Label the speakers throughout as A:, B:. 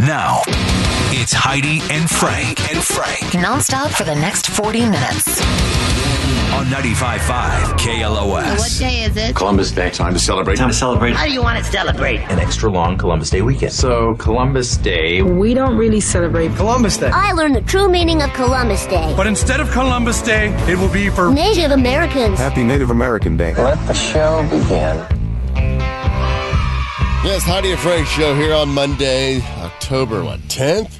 A: Now, it's Heidi and Frank and Frank
B: nonstop for the next 40 minutes.
A: on 95.5
C: What
A: KLOS.
C: day is it?
D: Columbus Day. Time to celebrate.
E: Time to celebrate
C: How do you want to celebrate?
E: an extra long Columbus Day weekend.
D: So, Columbus Day.
F: We don't really celebrate
G: Columbus Day.
H: I learned the true meaning of Columbus Day.
I: But instead of Columbus Day, it will be for
H: Native Americans.
J: Happy Native American Day.
D: Let the show begin.
K: Yes, Heidi and Frank show here on Monday, October what 10th.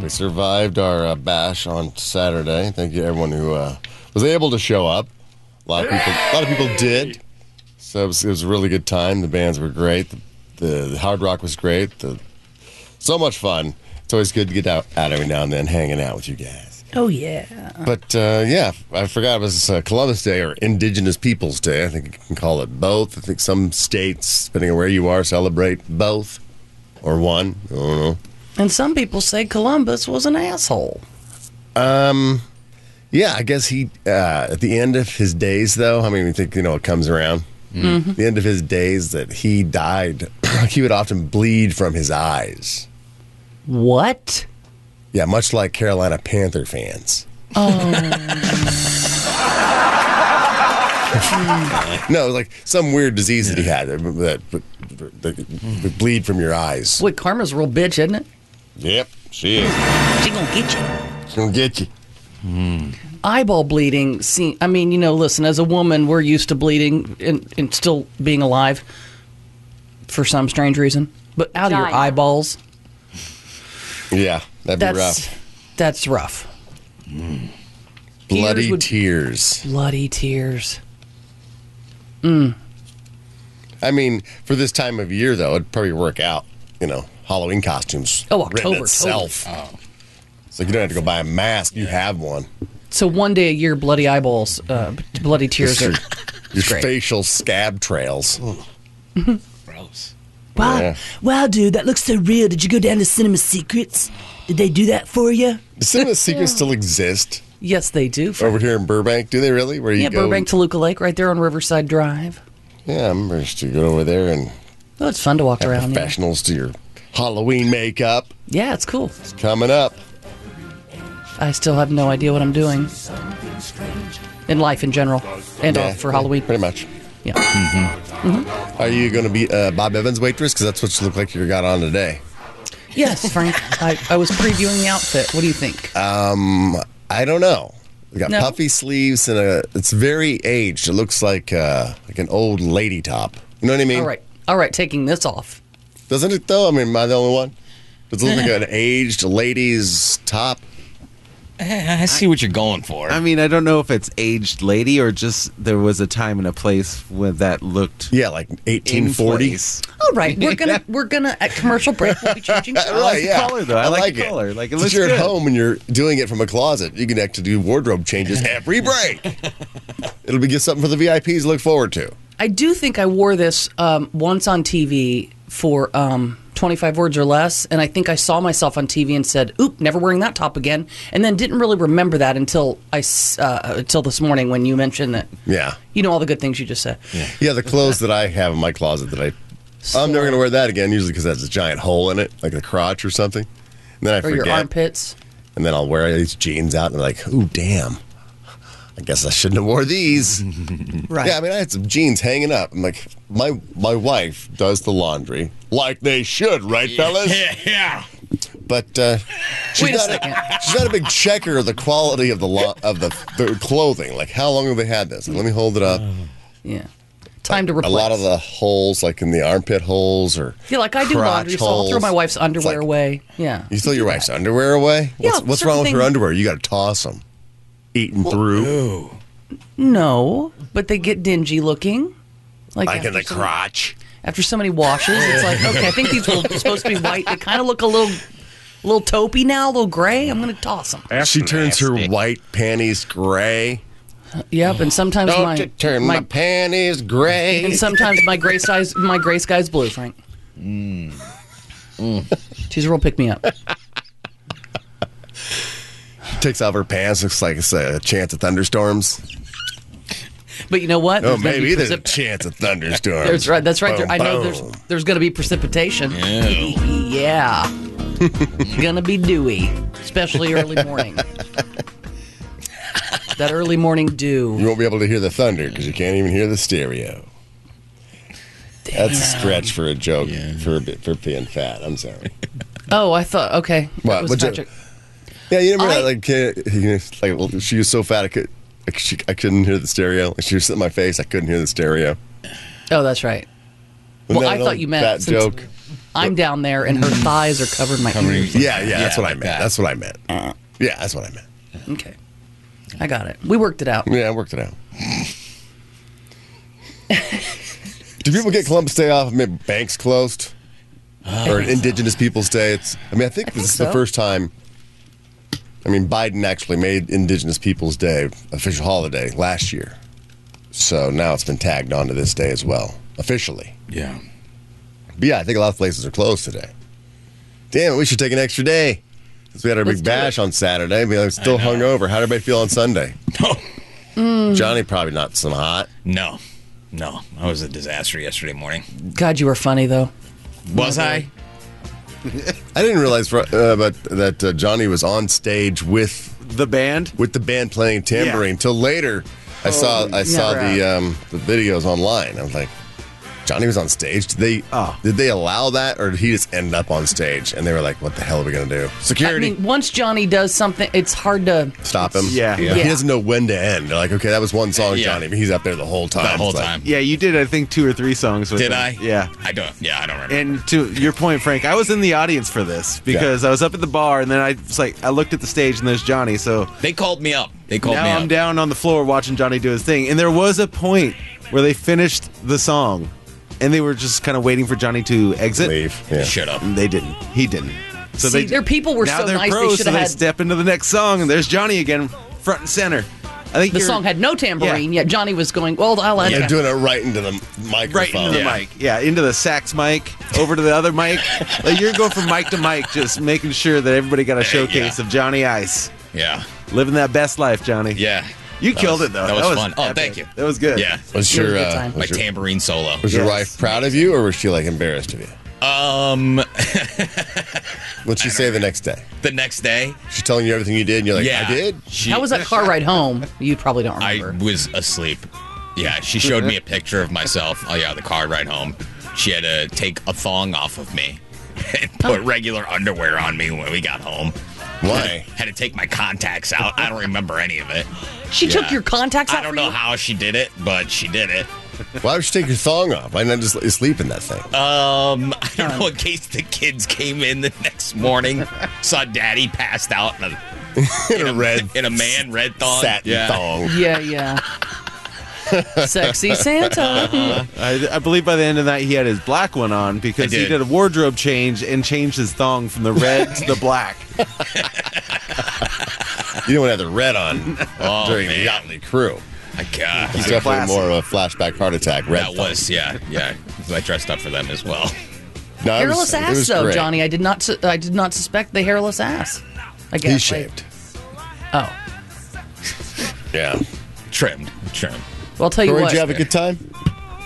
K: We survived our uh, bash on Saturday. Thank you to everyone who uh, was able to show up. A lot of people, a lot of people did. So it was, it was a really good time. The bands were great. The, the, hard rock was great. The, so much fun. It's always good to get out, out every now and then, hanging out with you guys.
F: Oh, yeah.
K: But uh, yeah, I forgot it was uh, Columbus Day or Indigenous Peoples Day. I think you can call it both. I think some states, depending on where you are, celebrate both or one. I don't know.
F: And some people say Columbus was an asshole.
K: Yeah, I guess he uh, at the end of his days, though. I mean, we think you know it comes around. The end of his days that he died, he would often bleed from his eyes.
F: What?
K: Yeah, much like Carolina Panther fans. Oh. no, it was like some weird disease that he had that, that, that would bleed from your eyes.
F: What karma's a real bitch, isn't it?
K: Yep, she is.
F: She gonna get you.
K: She's gonna get you.
F: Eyeball bleeding. See, I mean, you know, listen. As a woman, we're used to bleeding and, and still being alive for some strange reason. But out of your
H: Vagina.
F: eyeballs,
K: Yeah, that'd be
F: that's
K: rough.
F: that's rough.
K: Bloody
F: tears would-
K: tears.
F: Bloody tears.
K: I mean, for this time of year, though, it'd probably work out. You know, Halloween costumes.
F: Oh,
K: written
F: October,
K: itself. It's like you don't have to go buy a mask. You have one.
F: So one day a year, bloody eyeballs, uh, bloody tears are.
K: Your
F: Great.
K: facial scab trails.
G: Wow,
K: Yeah.
G: wow, dude, that looks so real. Did you go down to Cinema Secrets? Did they do that for you?
K: Does Cinema Secrets still exist
F: Yes, they do.
K: over here in Burbank? Do they really? Where you
F: yeah,
K: go?
F: Burbank, Toluca Lake, right there on Riverside Drive.
K: yeah, I remember used to go over there and
F: Oh, it's fun to walk
K: have
F: around. Yeah.
K: professionals do your Halloween makeup.
F: yeah, it's cool.
K: It's coming up.
F: I still have no idea what I'm doing in life in general and
K: Yeah, Hmm.
F: uh, for
K: yeah,
F: Halloween.
K: pretty much.
F: Yeah.
K: Are you going to be uh, Bob Evans waitress? Because that's what you look like you got on today.
F: Yes, Frank. I, I was previewing the outfit. What do you think?
K: Uh, I don't know. We got
F: No.
K: puffy sleeves and a. It's very aged. It looks like uh, like an old lady top. You know what I mean?
F: all right, all right. Taking this off.
K: Doesn't it though? I mean, am I the only one? Does it look like an aged lady's top?
L: I see what you're going for.
E: I mean, I don't know if it's aged lady or just there was a time and a place where that looked
K: Yeah, like
L: in
K: 1840.
L: place.
F: All right, we're gonna we're gonna at commercial break. We'll be changing.
K: I
F: styles.
K: like the yeah.
L: color, though. I like the color. Like, it
K: Since
L: looks
K: you're at
L: good.
K: home and you're doing it from a closet, you can actually do wardrobe changes every break. It'll be get something for the VIPs to look forward to.
F: I do think I wore this um, once on TV for um, 25 words or less, and I think I saw myself on TV and said, "Oop, never wearing that top again," and then didn't really remember that until I s- uh, until this morning when you mentioned that.
K: Yeah,
F: You know all the good things you just said.
K: yeah. The clothes that I have in my closet that I I'm never gonna wear that again. Usually because that's a giant hole in it, like the crotch or something. And then I
F: or
K: forget.
F: your armpits.
K: and then I'll wear these jeans out and I'm like, ooh, damn. I guess I shouldn't have wore these.
F: Right.
K: Yeah, I mean, I had some jeans hanging up. I'm like, my my wife does the laundry like they should, right, fellas?
L: Yeah.
K: But uh, she's, not a, she's not a big checker of the quality of the lo- of the, the clothing. Like, how long have they had this? Let me hold it up.
F: Yeah. Time to replace.
K: A lot of the holes, like in the armpit holes, or
F: Yeah, like I do
K: crotch
F: laundry, so I'll throw
K: holes.
F: my wife's
K: It's
F: underwear
K: like-
F: away. Yeah.
K: You throw your wife's underwear away?
F: Yeah,
K: what's what's wrong with her
F: certain-
K: underwear? You got to toss them, eaten through.
F: No, but they get dingy looking. Like,
K: like in the
F: after so-
K: crotch.
F: After so many washes, it's like okay, I think these were supposed to be white. They kind of look a little, little taupey now, a little gray. I'm gonna toss them.
K: She turns her white panties gray.
F: Yep, and sometimes
K: Don't
F: my
K: you turn my,
F: my
K: panties
F: and
K: gray.
F: sometimes my gray skies my gray skies blue. Frank.
K: Mm.
F: She's a real pick me up.
K: She takes off her pants. Looks like it's a chance of thunderstorms.
F: But you know what?
K: Oh,
F: There's gonna be
K: maybe there's a
F: precip-
K: chance of thunderstorms.
F: There's right. That's right.
K: Boom,
F: there. I know
K: boom.
F: there's there's going to be precipitation. Yeah. Gonna be dewy, especially early morning. that early morning dew.
K: You won't be able to hear the thunder because you can't even hear the stereo. That's a stretch for a joke for for being fat. I'm sorry.
F: Oh, I thought okay.
K: What,
F: That was
K: what's your-
F: Patrick.
K: Yeah, you remember
F: I-
K: that, like, kid- you know, like well, she was so fat I could I, she, I couldn't hear the stereo. She was in my face. I couldn't hear the stereo.
F: Oh, that's right. well,
K: Wasn't that
F: I
K: an
F: thought
K: old
F: you meant
K: fat
F: since
K: joke.
F: I'm down there and
K: Mm-hmm.
F: her thighs are covering my ears.
K: Yeah, yeah, that's what I
L: like
K: meant.
L: that.
K: That's what I meant. Yeah, that's what I meant.
F: Okay, I got it. We worked it out.
K: Yeah, I worked it out. Do people get Columbus Day off? I mean, banks closed, or Indigenous Peoples Day? It's. I mean, I think
F: I
K: this
F: think
K: is
F: so.
K: the first time. I mean, Biden actually made Indigenous Peoples Day official holiday last year, so now it's been tagged onto this day as well officially.
L: Yeah.
K: But yeah, I think a lot of places are closed today. Damn it, we should take an extra day. Since we had our
F: Let's
K: big
F: do it.
K: bash on Saturday, we are still hung over. How did everybody feel on Sunday? Mm. Johnny probably not so hot.
L: No. No. I was a disaster yesterday morning.
F: God, you were funny though.
L: Was I?
K: I didn't realize for, uh, but that uh, Johnny was on stage with
E: The band?
K: with the band playing tambourine till later.
F: Oh,
K: I saw I saw
F: never
K: the um, the videos online. I was like, Johnny was on stage. Did they
E: Oh.
K: did they allow that, or did he just end up on stage? And they were like, "What the hell are we gonna do?
F: I
K: Security,
F: mean, once Johnny does something, it's hard to.
K: stop him."
E: Yeah.
K: But
F: Yeah.
K: he doesn't know when to end. They're like, "Okay, that was one song,
L: Yeah.
K: Johnny, but he's up there the whole time."
L: The whole
K: It's like,
L: time.
E: Yeah, you did, I think, two or three songs with
L: Did
E: them.
L: I?
E: Yeah.
L: I don't. Yeah, I don't remember.
E: And to your point, Frank, I was in the audience for this because I was up at the bar and then I was like, I looked at the stage and there's Johnny. So
L: they called me up. They called me
E: now
L: up.
E: I'm down on the floor watching Johnny do his thing. And there was a point where they finished the song and they were just kind of waiting for Johnny to exit.
K: Leave. Yeah.
L: Shut up.
E: And they didn't. He didn't. So
F: See, their people were
E: now
F: so
E: they're
F: nice, they
E: Pros,
F: should
E: so
F: have
E: they
F: had-
E: step into the next song and there's Johnny again, front and center. I think
F: The
E: you're-
F: song had no tambourine, yet Johnny was going. Well, I'll add.
K: They're
F: that."
K: doing it right into the
E: right
K: microphone.
E: into the mic. Yeah, into the sax mic, over to the other mic. like you're going from mic to mic, just making sure that everybody got a showcase
L: yeah.
E: of Johnny Ice
L: Yeah.
E: living that best life, Johnny.
L: Yeah.
E: you killed it though.
L: That was, fun. Oh,
E: epic.
L: thank you.
E: That was good.
L: Yeah.
K: Was
F: It was a
K: your
F: good
K: uh,
F: time.
K: was
L: My
K: your,
L: tambourine solo.
K: was your
E: Yes.
K: wife proud of you, or was she like embarrassed of you?
L: Um,
K: What'd she say the next day?
L: the next day.
K: She's telling you everything you did, and you're like,
L: yeah.
K: "I did."
L: She,
F: How was that car ride home? You probably don't
L: I
F: remember.
L: was asleep. Yeah, she showed me a picture of myself. Oh yeah, the car ride home. She had to take a thong off of me and
F: Oh.
L: put regular underwear on me when we got home.
K: Why?
L: Had to take my contacts out. I don't remember any of it.
F: she took
L: Yeah.
F: your contacts out.
L: I
F: for
L: don't know
F: you?
L: how she did it, but she did it.
K: Why would you take your thong off? Why not just let you sleep in that thing?
L: Um, I don't know. In case the kids came in the next morning, saw Daddy passed out in a,
K: in a red
L: in a man red thong.
K: satin
L: Oh, Yeah.
K: thong.
F: Yeah, yeah. Sexy Santa. Mm,
E: I, I believe by the end of that he had his black one on because
L: I
E: he
L: did.
E: did a wardrobe change and changed his thong from the red to the black.
K: You don't want to have the red on
L: Oh,
K: during
L: man.
K: the Yachtly crew.
L: My God.
K: It's definitely
E: classy.
K: more of a flashback heart attack. Red
L: That was yeah, yeah. 'cause I dressed up for them as well.
K: No, it
F: hairless
K: was- it
F: ass
K: was
F: though,
K: great.
F: Johnny. I did not. Su- I did not suspect the hairless ass. I guess
K: He
F: like-
K: shaved.
F: oh,
K: Yeah.
L: Trimmed, trimmed.
F: well, I'll tell you
K: Corey,
F: what.
K: did you have a good time?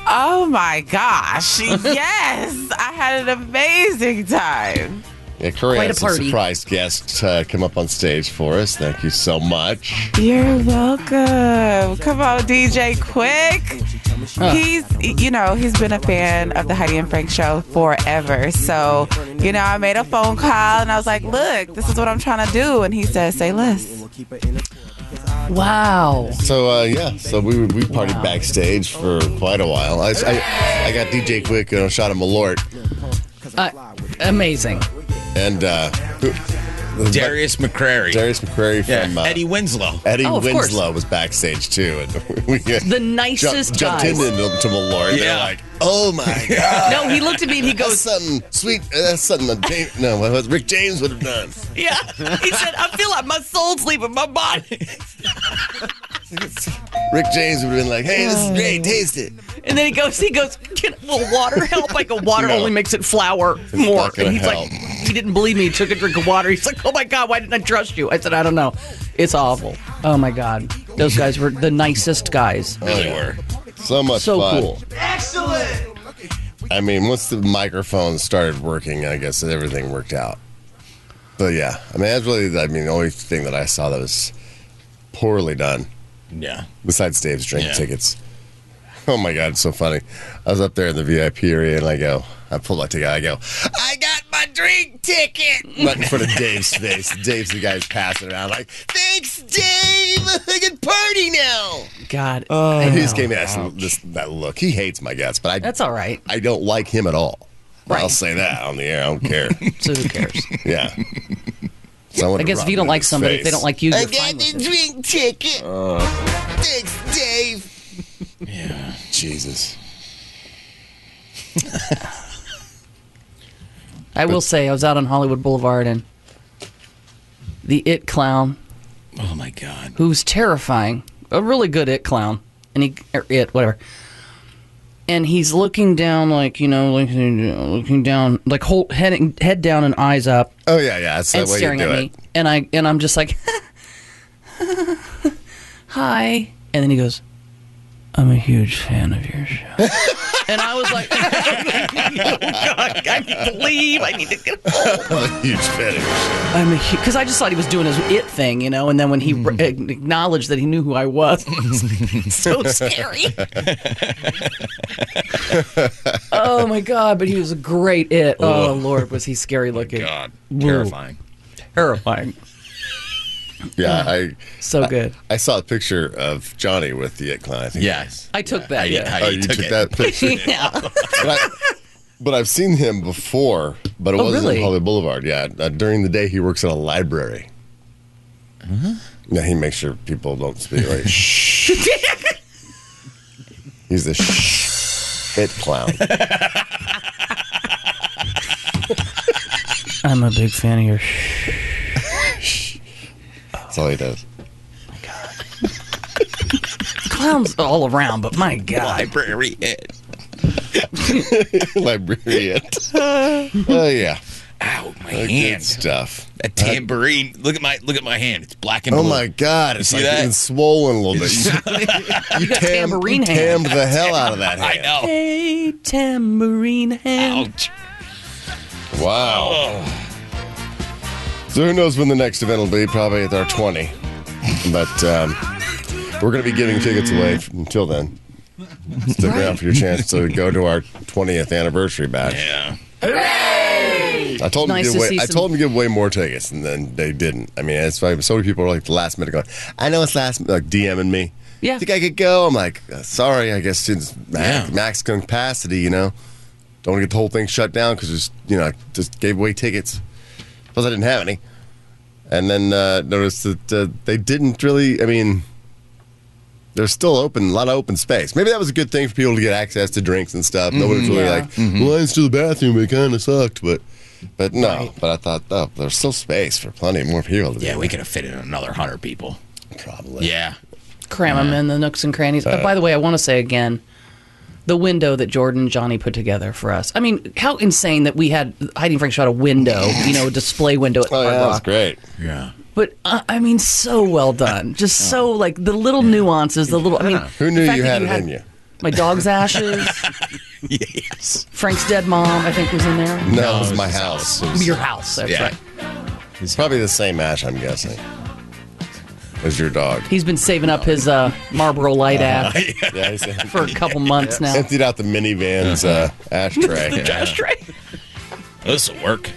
C: Oh my gosh. Yes. I had an amazing time.
K: Yeah, Corey
F: Quite
K: had
F: a
K: some
F: party.
K: surprise guests uh, come up on stage for us. Thank you so much.
C: You're welcome. Come on, DJ Quick. He's, you know, he's been a fan of the Heidi and Frank show forever. So, you know, I made a phone call and I was like, look, this is what I'm trying to do. And he said, say less.
F: wow.
K: So uh, yeah, so we we partied
F: Wow.
K: backstage for quite a while. I, I, I got DJ Quick and I shot him a lort,
F: Uh, amazing.
K: and uh, who-
L: Darius McCrary.
K: Darius McCrary
L: yeah.
K: from uh,
L: Eddie Winslow.
K: Eddie
F: Oh, of course.
K: Winslow was backstage too, and we uh,
F: The nicest
K: jumped, jumped
F: guys.
K: into to Mallory. They're
L: Yeah.
K: like, "Oh my god,
F: No, he looked at me and he
K: that's
F: goes,
K: something sweet. uh, That's something that James, no, what was- Rick James would have done."
C: Yeah. He said, I feel like my soul's leaving my body.
K: Rick James would have been like, "Hey, this is
F: Oh.
K: great. Taste it."
F: and then he goes, he goes, Can, will water help? I go, water
K: No.
F: only makes it flour more.
K: not gonna
F: And he's
K: help.
F: like, he didn't believe me. He took a drink of water. He's like, oh my god, why didn't I trust you? I said, I don't know. It's awful. Oh my god, those guys were the nicest guys.
L: Really were.
K: So much
F: So
K: fun.
F: cool.
K: I mean, once the microphones started working, I guess everything worked out. But yeah, I mean that's really I mean the only thing that I saw that was poorly done.
L: Yeah.
K: Besides Dave's drink
L: Yeah.
K: tickets. Oh my god, it's so funny. I was up there in the VIP area and I go, I pulled out the guy, I go, I got my drink ticket. right in front of Dave's face. Dave's the guy's passing it around like Thanks, Dave. I can party now.
F: God.
K: and he just gave me that, this, that look. He hates my guts, but I
F: That's all right.
K: I don't like him at all. I'll say that on the air. I don't care.
F: so who cares?
K: Yeah. So
F: I guess if you don't like somebody, if they don't like you,
K: I
F: you're
K: got
F: fine
K: the
F: with it.
K: drink ticket. Thanks, Dave.
L: Yeah.
K: Jesus.
F: I will say, I was out on Hollywood Boulevard and the it clown,
L: Oh my god.
F: who's terrifying, a really good it clown, and he or it whatever, and he's looking down like you know, looking looking down, like hold, heading head down and eyes up.
K: Oh yeah, yeah. That's
F: and
K: the way you
F: staring
K: do
F: at
K: it.
F: me, and I and I'm just like, hi, and then he goes, I'm a huge fan of your show. and I was like, Oh, I need to leave. I need to get
K: I'm a huge fan of your show.
F: I'm a because I just thought he was doing his it thing, you know, and then when he re- acknowledged that he knew who I was, it was so scary. oh my god! But he was a great it. Oh lord, was he scary looking?
L: God.
F: Whoa.
L: Terrifying.
F: Terrifying.
K: Yeah, I
F: So good.
K: I saw a picture of Johnny with the it clown. I think.
L: Yes.
F: I took that.
L: I-
F: yeah.
L: I
K: Oh, you
L: took
K: took,
L: it.
K: that picture.
F: yeah.
K: but, I, but I've seen him before, but it
F: Oh,
K: wasn't
F: really?
K: in Hollywood Boulevard. Yeah, uh, during the day he works at a library. Yeah, he makes sure people don't speak like shh. He's the shh it clown.
F: I'm a big fan of your. Sh-
K: That's all he does.
F: Clowns all around, but my god,
L: Library hit.
K: Librarian. oh yeah,
L: Ow, my
K: good
L: hand.
K: stuff.
L: That tambourine. Look at my look at my hand. It's black and
K: Oh
L: blue.
K: my god, it's
L: See
K: like
L: that?
K: it's swollen a little bit. You,
F: you got
K: tam-
F: tambourine
K: you
F: hand.
K: tammed the hell out of that
L: I
K: hand.
L: know.
F: Hey, tambourine hand.
L: Ouch.
K: Wow. So who knows when the next event will be? Probably at our 20. But um, we're going to be giving tickets away f- until then. Stick around for your chance to go to our 20th anniversary bash.
L: Yeah.
K: I told
F: Nice
K: them
F: to
K: to give away,
F: see
K: I
F: some-
K: told them to give away more tickets, and then they didn't. I mean, it's like so many people are like the last minute going. I know it's last like DMing me.
F: Yeah.
K: think I could go? I'm like, uh, sorry, I guess it's max,
L: Yeah.
K: max capacity. You know, don't want to get the whole thing shut down because you know I just gave away tickets. Plus, I didn't have any. And then uh, noticed that uh, they didn't really. I mean, they're still open, a lot of open space. Maybe that was a good thing for people to get access to drinks and stuff. Nobody's really
F: Mm-hmm. Yeah.
K: like lines to the bathroom. It kind of sucked, but but no. But I thought, oh, there's still space for plenty more people. To be
L: Yeah, we
K: there.
L: could have fit in another hundred people.
K: probably.
L: Yeah.
F: cram them in the nooks and crannies. Uh, by the way, I want to say again, the window that Jordan and Johnny put together for us. I mean, how insane that we had Heidi and Frank shot a window, you know, a display window at
K: Oh,
F: Hard
K: yeah, that was
F: Rock.
K: great.
L: Yeah.
F: But uh, I mean, so well done. Just so like the little nuances, the little. I mean,
K: Who
F: the
K: knew
F: fact
K: you
F: that
K: had it in you?
F: My dog's ashes,
L: Yes.
F: Frank's dead mom, I think was in there.
K: No, it was
L: it was
K: my
L: his
K: house.
F: Your house, that's
L: Yeah.
F: right.
K: It's probably the same ash, I'm guessing, as your dog.
F: He's been saving up his uh, Marlboro Light ass
K: yeah, he's
F: for a couple months now.
K: emptied out the minivan's
L: Uh-huh.
K: uh, ashtray.
L: This'll work.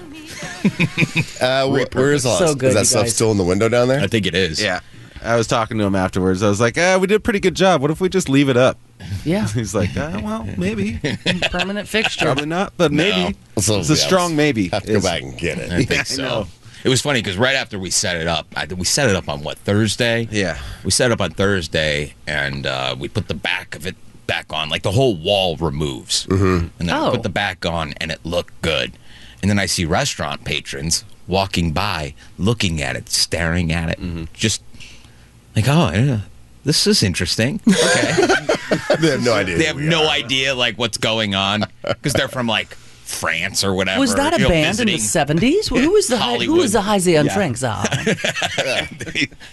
K: Uh, wh- where is all
F: So
K: that-
F: good,
K: Is that
F: you
K: stuff
F: guys.
K: still in the window down
L: I
K: there?
L: think it is.
E: Yeah. I was talking to him afterwards. I was like, ah, we did a pretty good job. What if we just leave it up?
F: Yeah,
E: He's like, ah, well, maybe.
F: permanent fixture.
E: Probably not, but maybe.
K: So,
E: It's a
K: yeah,
E: strong maybe.
K: Have to go
E: It's-
K: back and get it.
L: I think so. It was funny because right after we set it up, I, we set it up on what Thursday.
E: Yeah.
L: we set it up on Thursday, and uh, we put the back of it back on. Like the whole wall removes, mm-hmm. and then
F: Oh.
L: we put the back on, and it looked good. And then I see restaurant patrons walking by, looking at it, staring at it,
K: Mm-hmm.
L: just like, oh, yeah, this is interesting. Okay,
K: They have no idea.
L: they
K: who
L: have
K: we
L: no
K: are.
L: idea like what's going on because they're from like France or whatever.
F: Was that a
L: you know,
F: band in
L: visiting.
F: the seventies? Who was the Hi- who
L: Hollywood.
F: was the Heisey and Franks? uh?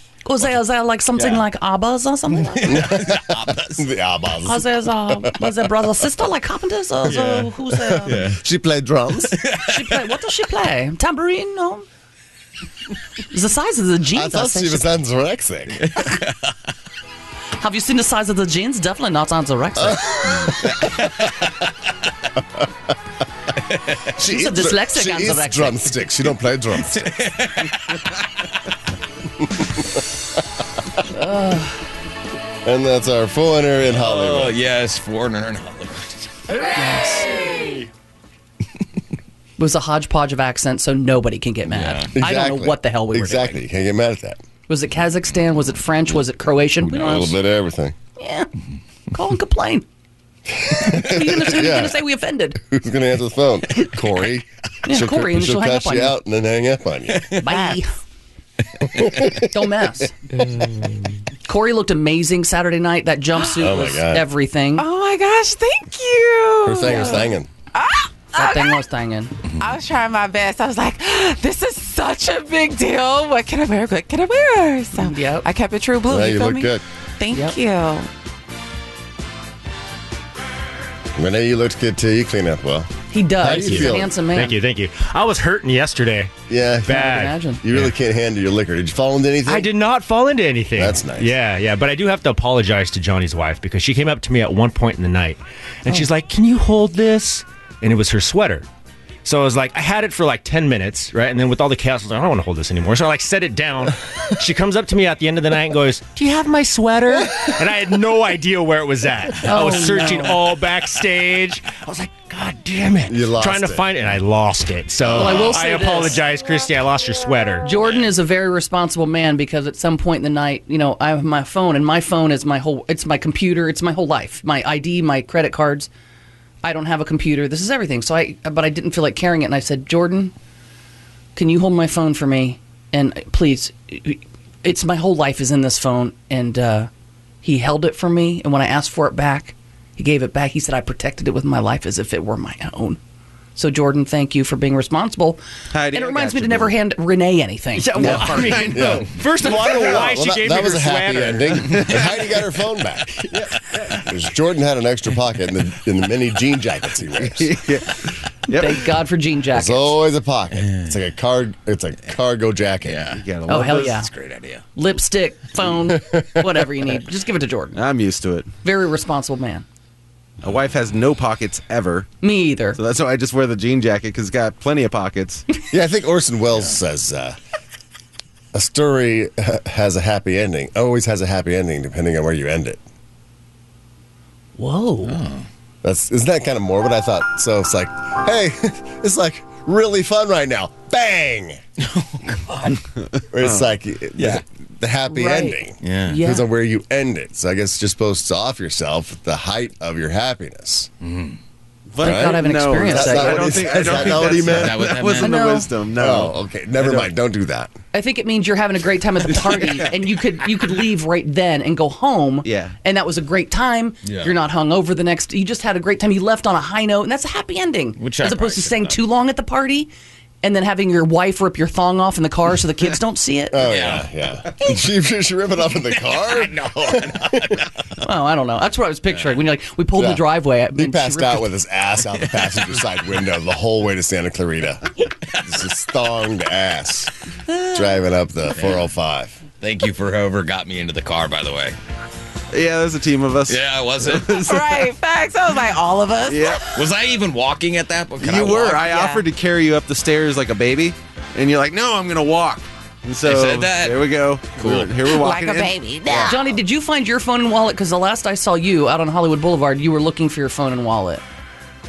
F: was there was there like something like Abbas or something? Like that?
K: the Abbas.
F: was there uh, was there brother sister like Carpenters? Or so who's uh, there?
K: She played drums.
F: She play what does she play? Tambourine? No. It's the size of the jeans.
K: I thought she was anorexic.
F: Have you seen the size of the jeans? Definitely not
K: Uh.
F: anorexic. She's a
K: eats-
F: dyslexic
K: She eats
F: anorexic.
K: drumsticks. She don't play drumsticks. and that's our foreigner in Hollywood.
L: Oh, yes, foreigner in Hollywood.
F: It was a hodgepodge of accents, so nobody can get mad. I don't know
K: Exactly.
F: what the hell we were
K: exactly.
F: doing.
K: You can't get mad at that.
F: Was it Kazakhstan? Was it French? Was it Croatian? We
K: A
F: don't know.
K: little bit of everything.
F: Yeah. Call and complain. Who's going
K: Yeah.
F: to say we offended?
K: Who's going to answer the phone? Corey.
F: Yeah,
K: she'll
F: Corey, and
K: she'll,
F: she'll hang
K: cuss
F: up on
K: you
F: you.
K: out and then hang up on you.
F: Bye. Don't mess. Corey looked amazing Saturday night. That jumpsuit
K: Oh my
F: was
K: God.
F: everything.
C: Oh my gosh, thank you.
K: Her thing was hanging.
F: That thing was hanging.
C: I was trying my best. I was like, this is such a big deal. What can I wear? What can I wear? So
F: Yep.
C: I kept it true blue.
K: Yeah,
C: you
K: you
C: feel
K: look
C: me?
K: good.
C: Thank
F: Yep.
C: you.
K: Renee, you looked good too. You clean up well.
F: He does.
K: How do you
F: He's
K: feel?
F: a handsome man.
J: Thank you, thank you. I was hurting yesterday.
K: Yeah.
J: Bad.
F: imagine.
K: You really can't handle your liquor. Did you fall into anything?
J: I did not fall into anything.
K: That's nice.
J: Yeah, yeah. But I do have to apologize to Johnny's wife because she came up to me at one point in the night and she's like, Can you hold this? And it was her sweater. So I was like, I had it for like 10 minutes, right? And then with all the chaos, I was like, I don't want to hold this anymore. So I like set it down. she comes up to me at the end of the night and goes, Do you have my sweater? And I had no idea where it was at. I was
F: Oh,
J: searching
F: no.
J: all backstage. I was like, God damn it.
K: You lost
J: Trying to
K: it.
J: find it. And I lost it. So
L: Oh,
F: Well, I will say this.
J: apologize, Christy. I lost your sweater.
F: Jordan is a very responsible man because at some point in the night, you know, I have my phone and my phone is my whole it's my computer, it's my whole life. My ID, my credit cards. I don't have a computer. This is everything. So I but I didn't feel like carrying it and I said, "Jordan, can you hold my phone for me? And please, it's my whole life is in this phone." And uh, he held it for me and when I asked for it back, he gave it back. He said I protected it with my life as if it were my own. So Jordan, thank you for being responsible.
E: Heidi,
F: and it
E: I
F: reminds
E: got
F: me
E: you,
F: to never
E: boo.
F: hand Renee anything.
J: Yeah, well, I mean, no. first of all, I don't know why
K: Well,
J: she
K: that,
J: gave
K: that
J: me
K: was
J: her
K: a happy
J: sweater.
K: ending. And Heidi got her phone back. 'Cause Jordan had an extra pocket in the, in the many jean jackets he wears.
F: Thank God for jean jackets.
K: It's always a pocket. It's like a car. It's a cargo jacket.
L: Yeah.
E: You gotta
F: Oh
E: love
F: hell
E: those.
F: yeah!
L: Great idea.
F: Lipstick, phone, whatever you need, just give it to Jordan.
E: I'm used to it.
F: Very responsible man.
E: My wife has no pockets ever,
F: Me either.
E: so that's why I just wear the jean jacket because it's got plenty of pockets.
K: Yeah, I think Orson Welles says uh, a story uh, has a happy ending. Always has a happy ending, depending on where you end it.
F: Whoa!
K: That's isn't that kind of morbid? I thought so. It's like, hey, it's like really fun right now. Bang! Oh God! it's like yeah, the, the happy
F: Right.
K: ending.
L: Yeah.
F: Yeah.
K: Depends on where you end it. So I guess you're supposed to off yourself at the height of your happiness.
E: But
K: Thank God I
F: haven't experienced
E: that's
F: that
E: not-
K: yet.
E: I don't think I
K: Is that
E: don't think
K: not what
E: that's,
K: he meant?
E: that,
L: Is that what that
E: wasn't
F: meant?
E: the
F: No.
E: wisdom. No.
K: Oh, okay. Never mind. Don't do that.
F: I think it means you're having a great time at the party, and you could you could leave right then and go home.
E: Yeah.
F: And that was a great time.
L: Yeah.
F: You're not hung over the next. You just had a great time. You left on a high note, and that's a happy ending.
L: Which I
F: as
L: probably
F: opposed to
L: should've
F: staying
L: done.
F: too long at the party, and then having your wife rip your thong off in the car so the kids don't see it.
K: Oh yeah, yeah. she, she rip it off in the car. no,
F: oh, I don't know. That's what I was picturing when you're like, we pulled in the driveway. and
K: He
F: she
K: passed
F: ripped
K: out
F: her-
K: with his ass out the passenger side window the whole way to Santa Clarita. It's just thonged ass driving up the 405.
L: Thank you for whoever got me into the car, by the way.
E: Yeah, there's a team of us.
L: Oh. Yeah, I wasn't.
C: right, facts. I was like, all of us.
E: Yeah.
L: Was I even walking at that? point? Can
E: you
L: I
E: were.
L: walk?
E: I uh,
C: Yeah.
E: offered to carry you up the stairs like a baby, and you're like, "No, I'm gonna walk." And so
L: said that.
E: there we go.
L: Cool.
E: We're- here we're
C: Like
E: walking
C: a
E: in.
C: baby.
F: Johnny, did you find your phone and wallet? Because the last I saw you out on Hollywood Boulevard, you were looking for your phone and wallet.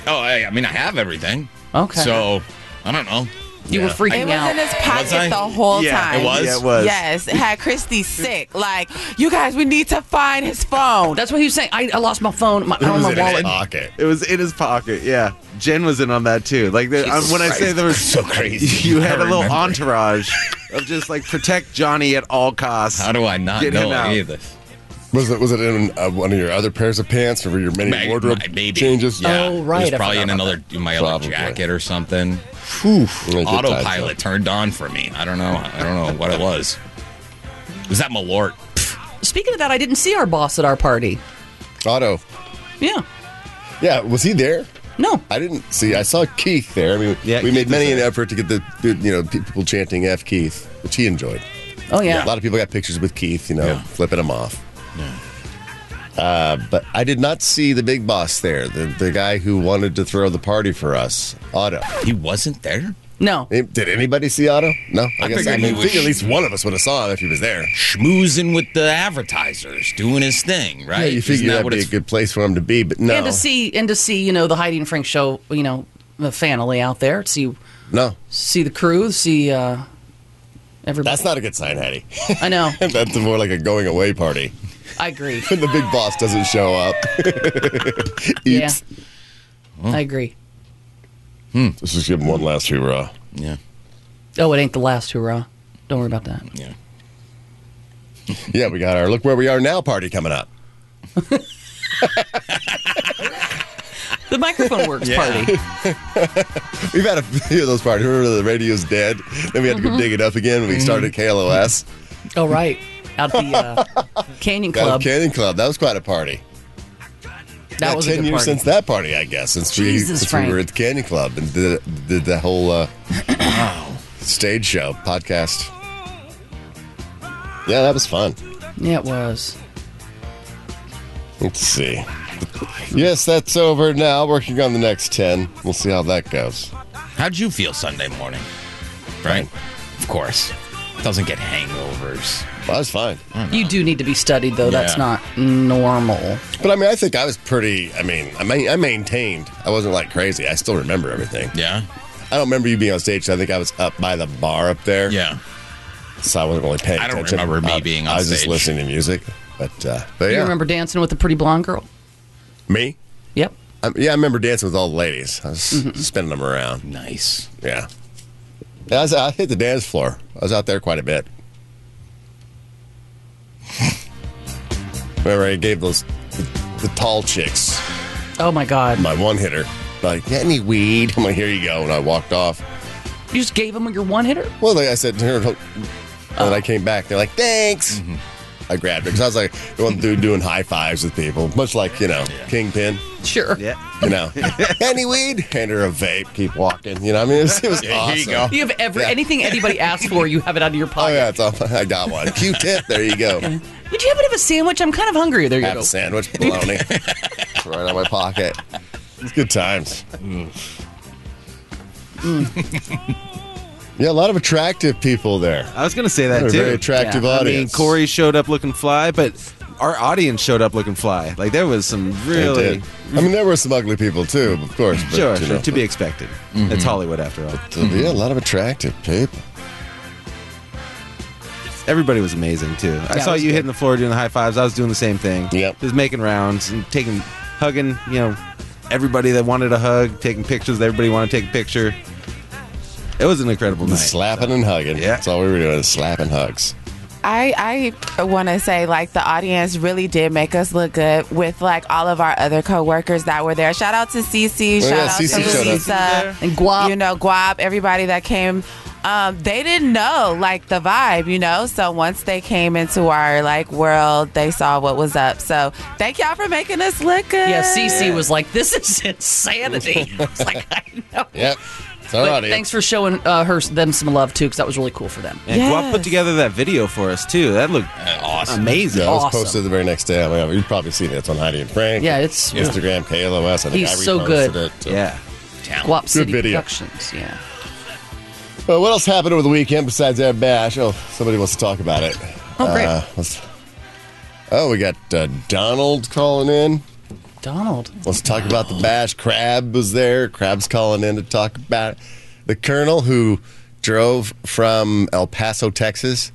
L: Oh, I, I mean, I have everything.
F: Okay.
L: So, I don't know.
F: You were
C: It
F: freaking
C: was
F: out.
C: in his
L: Was I?
C: pocket the whole
E: Yeah,
C: time.
L: it was?
E: Yeah, it was.
C: Yes, it had Christy sick. Like, you guys, we need to find his phone.
F: Oh, That's what he was saying. I, I lost my phone. My, I don't
K: It was
F: have
K: in
F: my
K: his
F: wallet.
K: pocket.
E: It was in his pocket. Yeah, Jen was in on that too. Like the, I, when I say there was
L: so crazy.
E: you
L: I
E: had a little
L: remember.
E: entourage of just like protect Johnny at all costs.
L: How do I not
E: Get him
L: know
E: out.
L: any of this?
K: Was it was it in uh, one of your other pairs of pants or your many
L: Mag-
K: wardrobe
L: my baby.
K: changes?
L: Yeah.
F: Oh,
L: It
F: right, I
L: was probably
F: forgot
L: in
F: about
L: another in my
K: Probably.
L: other jacket or something.
K: Really good times,
L: Autopilot turned on for me. I don't know. I don't know what it was. Was that Malort?
F: Speaking of that, I didn't see our boss at our party.
K: though. Oh, Auto.
F: Yeah.
K: Yeah, was he there?
F: No,
K: I didn't see. I saw Keith there. I mean, we made many an effort to get the you know people chanting "F Keith," which he enjoyed.
F: Oh, yeah.
K: a lot of people got pictures with Keith. You know, flipping him off. Uh, but I did not see the big boss there, the, the guy who wanted to throw the party for us, Otto.
L: He wasn't there?
F: No.
K: Did anybody see Otto? No. I, guess I
L: figured he
K: mean,
L: was
K: think at least one of us would have saw him if he was there.
L: Schmoozing with the advertisers, doing his thing, right?
K: Yeah, you
L: Isn't
K: figure
L: that
K: that'd
L: what
K: be a
L: it's-
K: good place for him to be, but no.
F: and to see and to see you know the Heidi and Frank show you know the family out there see
K: no
F: see the crew see uh everybody.
K: That's not a good sign, Hattie.
F: I know.
K: That's more like a going away party.
F: I agree.
K: When the big boss doesn't show up.
F: Yeah,
K: Oops.
F: I agree.
K: Let's just give him one last hurrah.
L: Yeah.
F: Oh, it ain't the last hurrah. Don't worry about that.
L: Yeah.
K: Yeah, we got our look where we are now party coming up.
F: The microphone works party.
K: We've had a few of those parties. Remember the radio's dead? Then we had to go
F: Mhm.
K: dig it up again. We started KLOS.
F: Oh right, out the uh, Canyon
K: Got
F: Club.
K: a Canyon Club. That was quite a party.
F: That
K: Not
F: was a
K: 10
F: good
K: years
F: party.
K: since that party, I guess. Since, we,
F: Jesus,
K: since we
F: Frank.
K: were at the Canyon Club and did, did the whole uh, stage show podcast. Yeah, that was fun.
F: Yeah, it was.
K: Let's see. Yes, that's over now. Working on the next 10. We'll see how that goes.
L: How'd you feel Sunday morning? Right? Of course. Doesn't get hangovers.
K: Well, that's fine.
F: You do need to be studied though. That's
K: Mm. Yeah.
F: not normal.
K: But I mean, I think I was pretty. I mean, I mean, I maintained. I wasn't like crazy. I still remember everything.
L: Yeah.
K: I don't remember you being on stage. so I think I was up by the bar up there.
L: Yeah.
K: So I wasn't really paying
L: I don't
K: attention.
L: remember me
K: I-
L: being on
K: I was just
L: stage.
K: listening to music. But uh, but
F: You
K: yeah,
F: remember dancing with the pretty blonde girl?
K: me.
F: Yep.
K: I, yeah, I remember dancing with all the ladies. I was
F: Mm-hmm.
K: spinning them around.
L: Nice.
K: Yeah. Yeah, I, was, I hit the dance floor. I was out there quite a bit. Remember, I gave those the, the tall chicks.
F: Oh my god.
K: My one hitter. Like, "Yeah, any weed? I'm like, here you go. And I walked off.
F: You just gave him your one hitter.
K: Well, like I said to her, and
F: Uh-huh.
K: then I came back. They're like, thanks.
F: Mm-hmm.
K: I grabbed her because I was like, the one dude doing high fives with people, much like you know, Kingpin.
F: Sure.
E: Yeah.
K: You know, any weed? Hand her a vape. Keep walking. You know, what I mean, it was, it was awesome.
F: You have every anything anybody asks for, you have it out of your pocket.
K: Oh yeah, it's all, I got one. Q-tip. There you go.
F: Would you happen to have a sandwich? I'm kind of hungry. There you
K: Have
F: go.
K: a sandwich, bologna. It's right out of my pocket. It's good times.
F: Mm.
K: yeah, a lot of attractive people there.
E: I was going to say that
K: They're a
E: too.
K: very attractive
E: I mean,
K: audience.
E: Corey showed up looking fly, but our audience showed up looking fly. Like there was some
K: They
E: really
K: did. I mean, there were some ugly people too, of course. But,
E: sure,
K: you
E: sure
K: know, Mm-hmm.
E: to be expected. It's Hollywood after all.
K: but, uh, Yeah, a lot of attractive people.
E: Everybody was amazing too. I
K: Yeah,
E: saw
K: it was
E: you hitting the floor doing the high fives. I was doing the same thing. Yep. Just making rounds and taking, hugging. You know, everybody that wanted a hug, taking pictures. with Everybody wanted to take a picture. It was an incredible night.
K: Slapping and hugging. Yeah, that's all we were doing. Slapping hugs.
C: I I want to say like the audience really did make us look good with like all of our other coworkers that were there. Shout out to Cece,
K: Oh,
C: shout
K: yeah,
C: out
K: Cece
C: to
K: showed up.
C: Lisa and Guap. You know Guap, everybody that came. Um, they didn't know like the vibe, you know. So once they came into our like world, they saw what was up. So thank y'all for making us look good.
F: Yeah, Cece was like, "This is insanity." I was like, "I know."
K: Yep. It's our
F: But
K: audience.
F: thanks for showing uh, her them some love too, because that was really cool for them.
E: And Guap put together that video for us too. That looked
L: Uh,
K: Awesome.
E: amazing.
K: Yeah, it was posted the very next day. I mean, you've probably seen it. It's on Heidi and Frank.
F: Yeah, it's-
K: Instagram, KLOS. I think
F: He's
K: I
F: so
K: reposted
F: good.
K: It,
E: yeah.
F: Guap City
K: Good video.
F: Productions. Yeah.
K: Well, what else happened over the weekend besides that bash? Oh, somebody wants to talk about it.
F: Oh,
K: Uh,
F: great.
K: let's- oh, we got uh, Donald calling in.
F: Donald.
K: Let's talk about the bash. Crab was there. Crab's calling in to talk about it. The Colonel who drove from El Paso, Texas.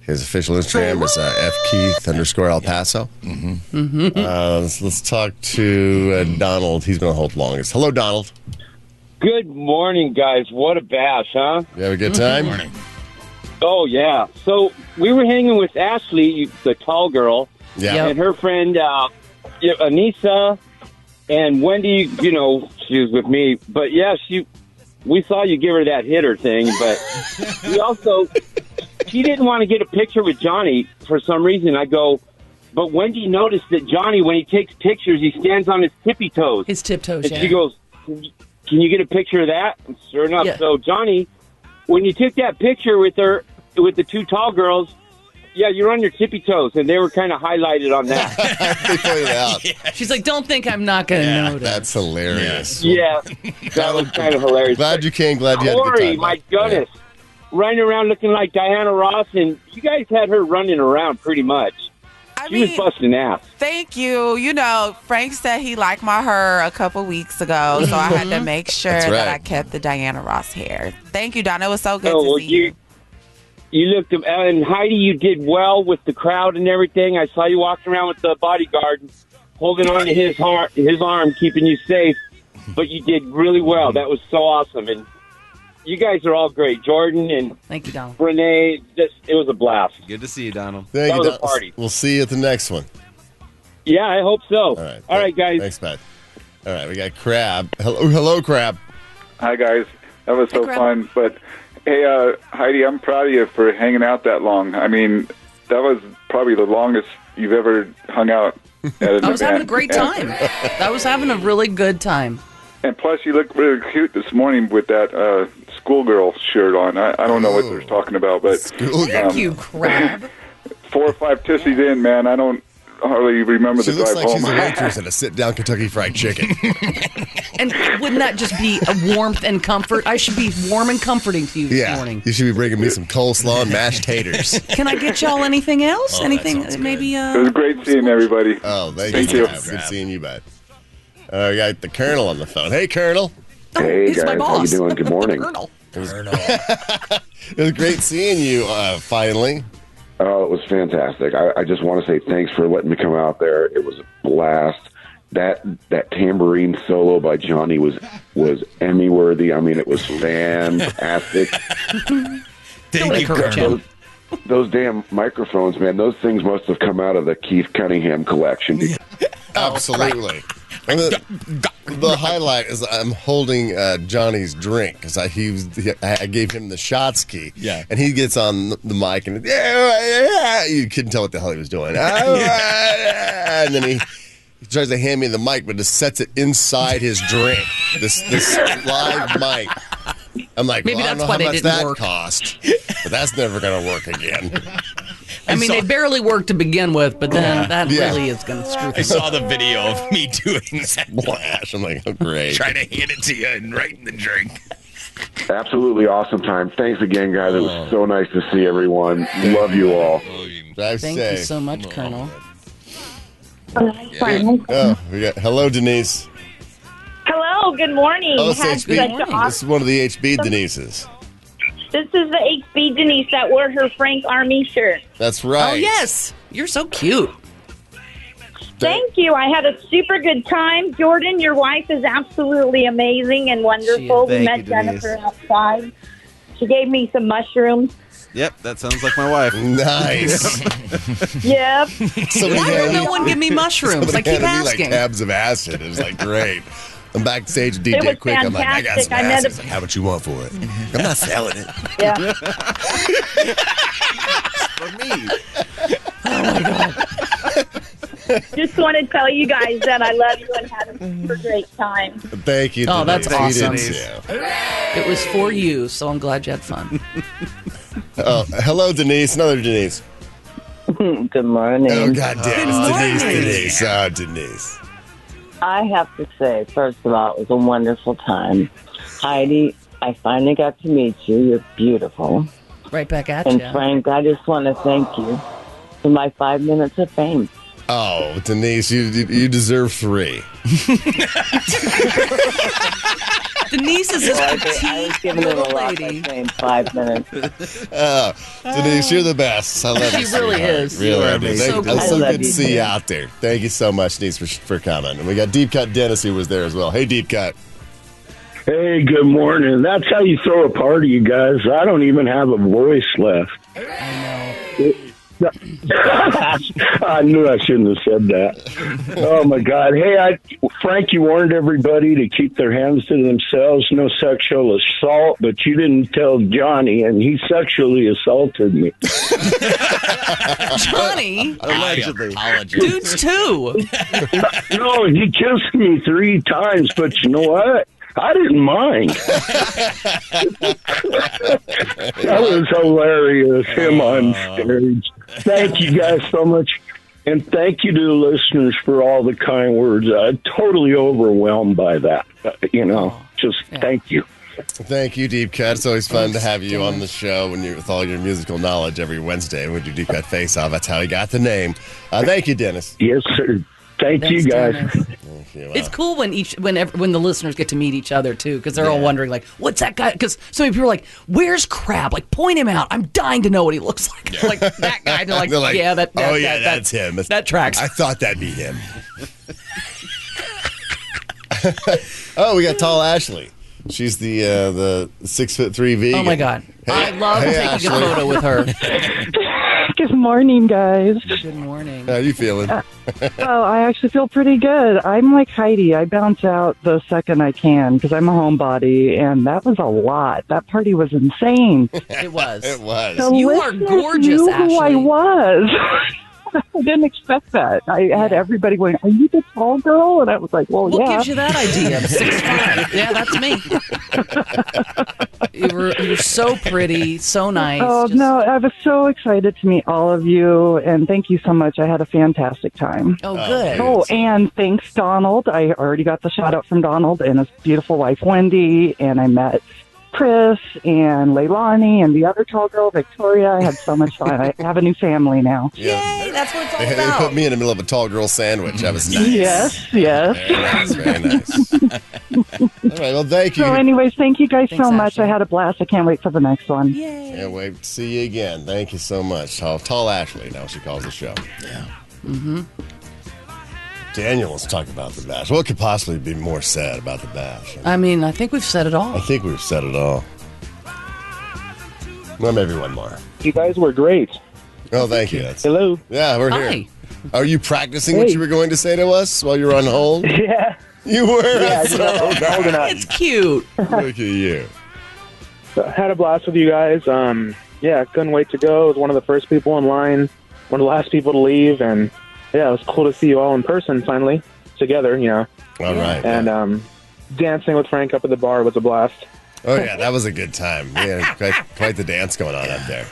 K: His official Instagram is uh, fkeith underscore El Paso.
M: Mm-hmm.
K: Uh, let's, let's talk to uh, Donald. He's been on hold longest. Hello, Donald.
M: Good morning, guys. What a bash, huh?
K: You have a good time?
M: Oh yeah. So we were hanging with Ashley, you- the tall girl,
K: Yeah.
M: and her friend uh, yeah, Anissa and Wendy. You know, she was with me, but yeah, she. We saw you give her that hitter thing, but we also she didn't want to get a picture with Johnny for some reason. I go, but Wendy noticed that Johnny, when he takes pictures, he stands on his tippy toes.
F: His tiptoes.
M: And
F: yeah.
M: she goes, can you get a picture of that? And sure enough.
N: Yeah.
M: So Johnny, when you took that picture with her, with the two tall girls, yeah, you're on your tippy toes, and they were kind of highlighted on that.
F: She's like, don't think I'm not going to notice.
K: That's hilarious.
M: Yeah, that was kind of hilarious.
K: Glad you came. Glad you had a good
M: Corey,
K: time.
M: my goodness, running around looking like Diana Ross, and you guys had her running around pretty much. she was busting ass.
C: Thank you. You know, Frank said he liked my hair a couple weeks ago, so I had to make sure
M: That's
C: that
M: right.
C: I kept the Diana Ross hair. Thank you, Donna. It was so good
M: Oh,
C: to
M: well,
C: see you.
M: You looked, and Heidi, you did well with the crowd and everything. I saw you walking around with the bodyguard, holding on to his arm, his arm, keeping you safe. But you did really well. That was so awesome, and you guys are all great. Jordan and
F: thank you, Donald.
M: Renee, just it was a blast.
E: Good to see you, Donald.
K: Thank
M: that
K: you.
M: was
K: Don-
M: a party.
K: We'll see you at the next one.
M: Yeah, I hope so.
K: All right. All right, guys. Thanks, Pat. All right, we got Crab. Hello, hello, Crab.
O: Hi guys, that was so fun. But hey, uh, Heidi, I'm proud of you for hanging out that long. I mean, that was probably the longest you've ever hung out at an
F: I was having a
O: event.
F: great
O: And-
F: time. I was having a really good time.
O: And plus, you look really cute this morning with that uh, schoolgirl shirt on. I, I don't know what they're talking about, but
F: Thank
O: um,
F: you, crab.
O: four or five tissies in, man. I don't hardly remember
K: She
O: the
K: looks
O: drive
K: like
O: home.
K: she's a waitress at a sit-down Kentucky Fried Chicken.
F: And wouldn't that just be a warmth and comfort? I should be warm and comforting to you this
K: yeah,
F: morning.
K: you should be bringing me some coleslaw and mashed taters.
F: Can I get y'all anything else?
K: Oh, that
F: anything? Maybe uh,
O: it was great seeing everybody.
K: Oh, thank,
O: Thank
K: you.
O: you.
K: Crab. Good seeing you, bud. Uh, we got the Colonel on the phone. Hey, Colonel.
F: oh,
P: Hey guys, how you doing? Good morning.
K: It was, it was great seeing you uh, finally.
P: Oh, it was fantastic. I, I just want to say thanks for letting me come out there. It was a blast. That that tambourine solo by Johnny was was Emmy worthy. I mean, it was fantastic.
A: Thank you, Colonel.
P: Those damn microphones, man. Those things must have come out of the Keith Cunningham collection.
F: Oh,
K: Absolutely. And the, the highlight is I'm holding uh, Johnny's drink because I he was, he- I I gave him the shots key. Yeah, and he gets on the mic and yeah, yeah, you couldn't tell what the hell he was doing. "Ah, and then he, he tries to hand me the mic, but just sets it inside his drink. This this live mic. I'm like,
F: Maybe
K: well, I
F: that's
K: don't know
F: why
K: how
F: they
K: much
F: didn't
K: that
F: work.
K: cost, but that's never gonna work again.
F: I mean, they barely worked to begin with, but then that
K: Yeah.
F: really is going to screw.
L: I
F: things
L: saw
F: up.
L: the video of me doing that.
K: Splash! I'm like, oh great.
L: Trying to hand it to you and right in the drink.
P: Absolutely awesome time. Thanks again, guys. It
Q: Oh.
P: was so nice to see everyone. Love you all.
K: Drive
F: Thank you
K: safe.
F: so much, Colonel.
K: Yeah. Oh, we got hello, Denise.
R: Hello, good morning.
K: Oh,
R: Had
K: it's
R: such an
K: HB. This
R: awesome-
K: is one of the HB Denises.
R: this is the HB Denise that wore her Frank Army shirt.
K: That's right.
R: Oh, yes.
F: You're so cute.
R: Thank you. I had a super good time. Jordan, your wife is absolutely amazing and wonderful.
E: Thank
R: we met
E: you, Denise.
R: Jennifer outside. She gave me some mushrooms.
E: Yep, that sounds like my wife.
K: Nice.
R: Yep.
F: Why will no one give me mushrooms? I
K: Somebody
F: keep
K: handed me,
F: asking.
K: like tabs of acid. It was like great. I'm backstage,
R: It was
K: DJ Quick. I'm like, I got
R: fantastic.
K: some
R: I met
K: acid.
R: a-
K: He's like, how much you want for it? I'm not selling it.
R: Yeah.
E: For me.
R: Oh, Just want to tell you guys that I love you and had a super great time.
K: Thank you.
F: Oh,
K: Denise.
F: that's awesome.
K: You did too.
F: It was for you, so I'm glad you had fun.
K: Oh, hello, Denise. Another Denise.
S: Good morning.
K: Oh, God damn.
S: Good
K: It's Denise,
S: morning.
K: Denise. Oh, Denise.
S: I have to say, first of all, it was a wonderful time. Heidi, I finally got to meet you. You're beautiful.
F: Right back at
S: And
F: you.
S: Frank, I just want to thank you for my five minutes of fame.
K: Oh, Denise, you, you you deserve three.
F: Denise is this
S: Well, I think I was
F: petite
S: giving it a
F: little
S: lot
F: lady.
S: in five minutes.
K: Oh, Denise, you're the best. I love
F: She
K: you.
F: really
K: sweetheart.
F: is. You
K: Really,
F: are
K: I do.
F: amazing.
K: Thank
F: So
K: you. It's
F: cool.
K: so
F: I love
K: good to
F: you,
K: see you
F: too.
K: out there. Thank you so much, Denise, for, for coming. And we got Deep Cut Dennis, who was there as well. Hey, Deep Cut.
Q: Hey, good morning. That's how you throw a party, you guys. I don't even have a voice left. I knew I shouldn't have said that. Oh my God! Hey, I, Frank, you warned everybody to keep their hands to themselves, no sexual assault, but you didn't tell Johnny, and he sexually assaulted me.
F: Johnny.
K: Allegedly.
F: Dudes, too.
Q: no, he kissed me three times, but you know what? I didn't mind. that was hilarious. Him on stage. Thank you guys so much. And thank you to the listeners for all the kind words. I'm totally overwhelmed by that. Uh, you know, just thank you.
K: Thank you, Deep Cut. It's always fun to have you on the show when you with all your musical knowledge every Wednesday. We do Deep Cut Face Off. That's how he got the name. Uh, thank you, Dennis.
Q: Yes, sir. Thank
F: you, Thanks, guys. Dennis.
K: Thank you.
F: It's cool when each when ev- when the listeners get to meet each other too, because they're all wondering like, what's that guy? Because so many people are like, where's Crab? Like, point him out. I'm dying to know what he looks like. like that guy. They're like,
K: They're
F: yeah, that. that
K: oh yeah,
F: that,
K: that's him. That
F: tracks.
K: I thought that'd be him. oh, we got tall Ashley. She's the uh, the six foot three vegan.
F: Oh my god, I love
K: hey,
F: taking a
K: Ashley.
F: photo with her.
N: Good morning, guys.
F: Good morning.
K: How you feeling?
N: Oh, I actually feel pretty good. I'm like Heidi. I bounce out the second I can because I'm a homebody, and that was a lot. That party was insane.
F: It was.
K: it was.
N: The
F: you are
N: listeners
F: gorgeous,
N: knew who I
F: Ashley.
N: was. I didn't expect that. I had everybody going, "Are you the tall girl?" And I was like, "Well,
F: What
N: yeah."
F: gives you that idea? Six five. Yeah, that's me. you were you were so pretty, so nice.
N: Oh no! I was so excited to meet all of you, and thank you so much. I had a fantastic time.
F: Oh, good.
N: Oh, and thanks, Donald. I already got the shout out from Donald and his beautiful wife, Wendy, and I met Chris and Leilani and the other tall girl, Victoria. I had so much fun. I have a new family now.
K: Yeah.
F: Hey, that's what it's all
K: They, they put me in the middle of a tall girl sandwich. That was nice.
N: Yes, yes.
K: Very nice. Very nice. all right. Well, thank you.
N: So, anyways, thank you guys
K: Thanks,
N: so much. I had a blast. I can't wait for the next one.
K: Can't wait to see you again. Thank you so much. Tall, tall Ashley. Now she calls the show. Yeah.
F: Mm-hmm.
K: Daniel, let's talk about the bash. What could possibly be more sad about the bash?
F: I mean, I think we've said it all.
K: I think we've said it all. Well, maybe one more.
T: You guys were great.
K: Oh, thank you. That's-
T: Hello.
K: Yeah, we're here.
T: Hi.
K: Are you practicing what
T: Hey.
K: you were going to say to us while you were on hold?
T: Yeah.
K: You were.
T: Yeah,
K: That's
T: you know,
K: so nice.
T: holding on.
F: It's cute.
K: Look at you.
T: Had a blast with you guys. Um, yeah, couldn't wait to go. I was one of the first people in line, one of the last people to leave, and yeah, it was cool to see you all in person finally together. You know.
K: All right.
T: And um, dancing with Frank up at the bar was a blast.
K: Oh yeah, that was a good time. We had quite, quite the dance going on up there.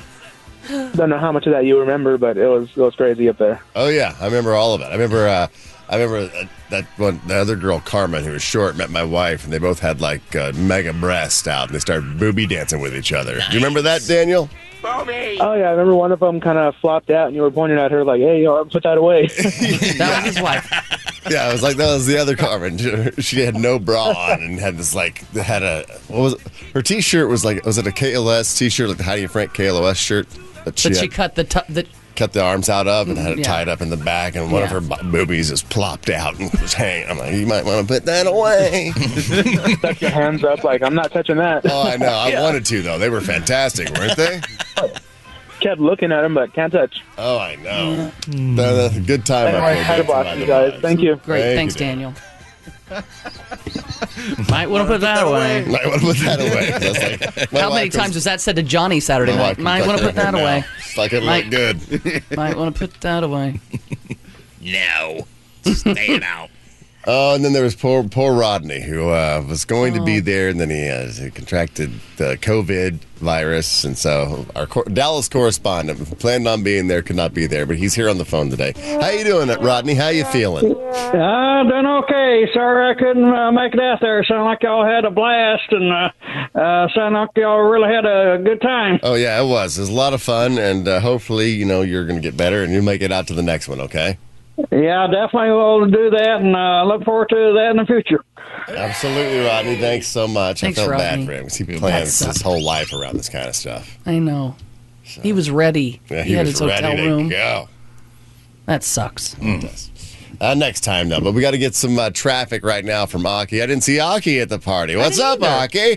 T: Don't know how much of that you remember, but it was it was crazy up there.
K: Oh yeah, I remember all of it. I remember. Uh, I remember uh, that one. The other girl, Carmen, who was short, met my wife, and they both had like uh, mega breasts out, and they started booby dancing with each other. Do you remember that, Daniel?
T: Oh yeah, I remember one of them kind of flopped out, and you were pointing at her like, "Hey, yo, put that away."
F: that was his wife.
K: Yeah, I was like, that was the other Carmen. She had no bra on and had this like had a what was it? her T-shirt was like was it a KLS T-shirt like the Heidi and Frank KLS shirt that she,
F: But she
K: had-
F: cut the, t- the
K: cut the arms out of and had it
F: Yeah.
K: tied up in the back, and one of
F: Yeah.
K: her bo- boobies just plopped out and was hanging. I'm like, you might want to put that away.
T: Stuck your hands up like, "I'm not touching that."
K: oh, I know. I wanted to though. They were fantastic, weren't they?
T: Kept looking at him, but can't touch.
K: Oh, I know. Uh, Good time.
T: Anyway,
K: up there.
T: had a
K: Good
T: blast,
K: time
T: you
K: up
T: guys.
K: there.
T: Thank you.
F: great.
K: Thank
F: Thanks,
K: you,
F: Daniel. Might want to put that away.
K: Might want to put that away. 'cause that's like- my
F: How many
K: wife was-
F: times was that said to Johnny Saturday
K: my
F: night?
K: wife was
F: Might
K: like
F: want to put that
K: no.
F: away.
K: Fucking
F: Might-
K: look good.
F: Might want to put that away.
L: No. Stay out.
K: Oh, and then there was poor poor Rodney, who uh, was going
F: Oh.
K: to be there, and then he, uh, he contracted the COVID virus, and so our cor- Dallas correspondent who planned on being there, could not be there, but he's here on the phone today. How you doing, Rodney? How you feeling?
U: I've Uh, been okay. Sorry I couldn't uh, make it out there. Sound like y'all had a blast, and uh, uh, sound like y'all really had a good time.
K: Oh yeah, it was. It was a lot of fun, and uh, hopefully, you know, you're going to get better, and you make it out to the next one. Okay.
U: Yeah, I definitely will do that, and uh, look forward to that in the future.
K: Absolutely, Rodney. Thanks so much.
F: Thanks,
K: I felt
F: Rodney.
K: bad for him because he
F: That
K: plans
F: sucked.
K: his whole life around this kind of stuff.
F: I know. He was ready.
K: Yeah,
F: he, had
K: was
F: his
K: ready
F: hotel
K: to
F: room.
K: Go.
F: That sucks.
K: It does. Uh, next time, though. But we got to get some uh, traffic right now from Aki. I didn't see Aki at the party. What's up, Aki?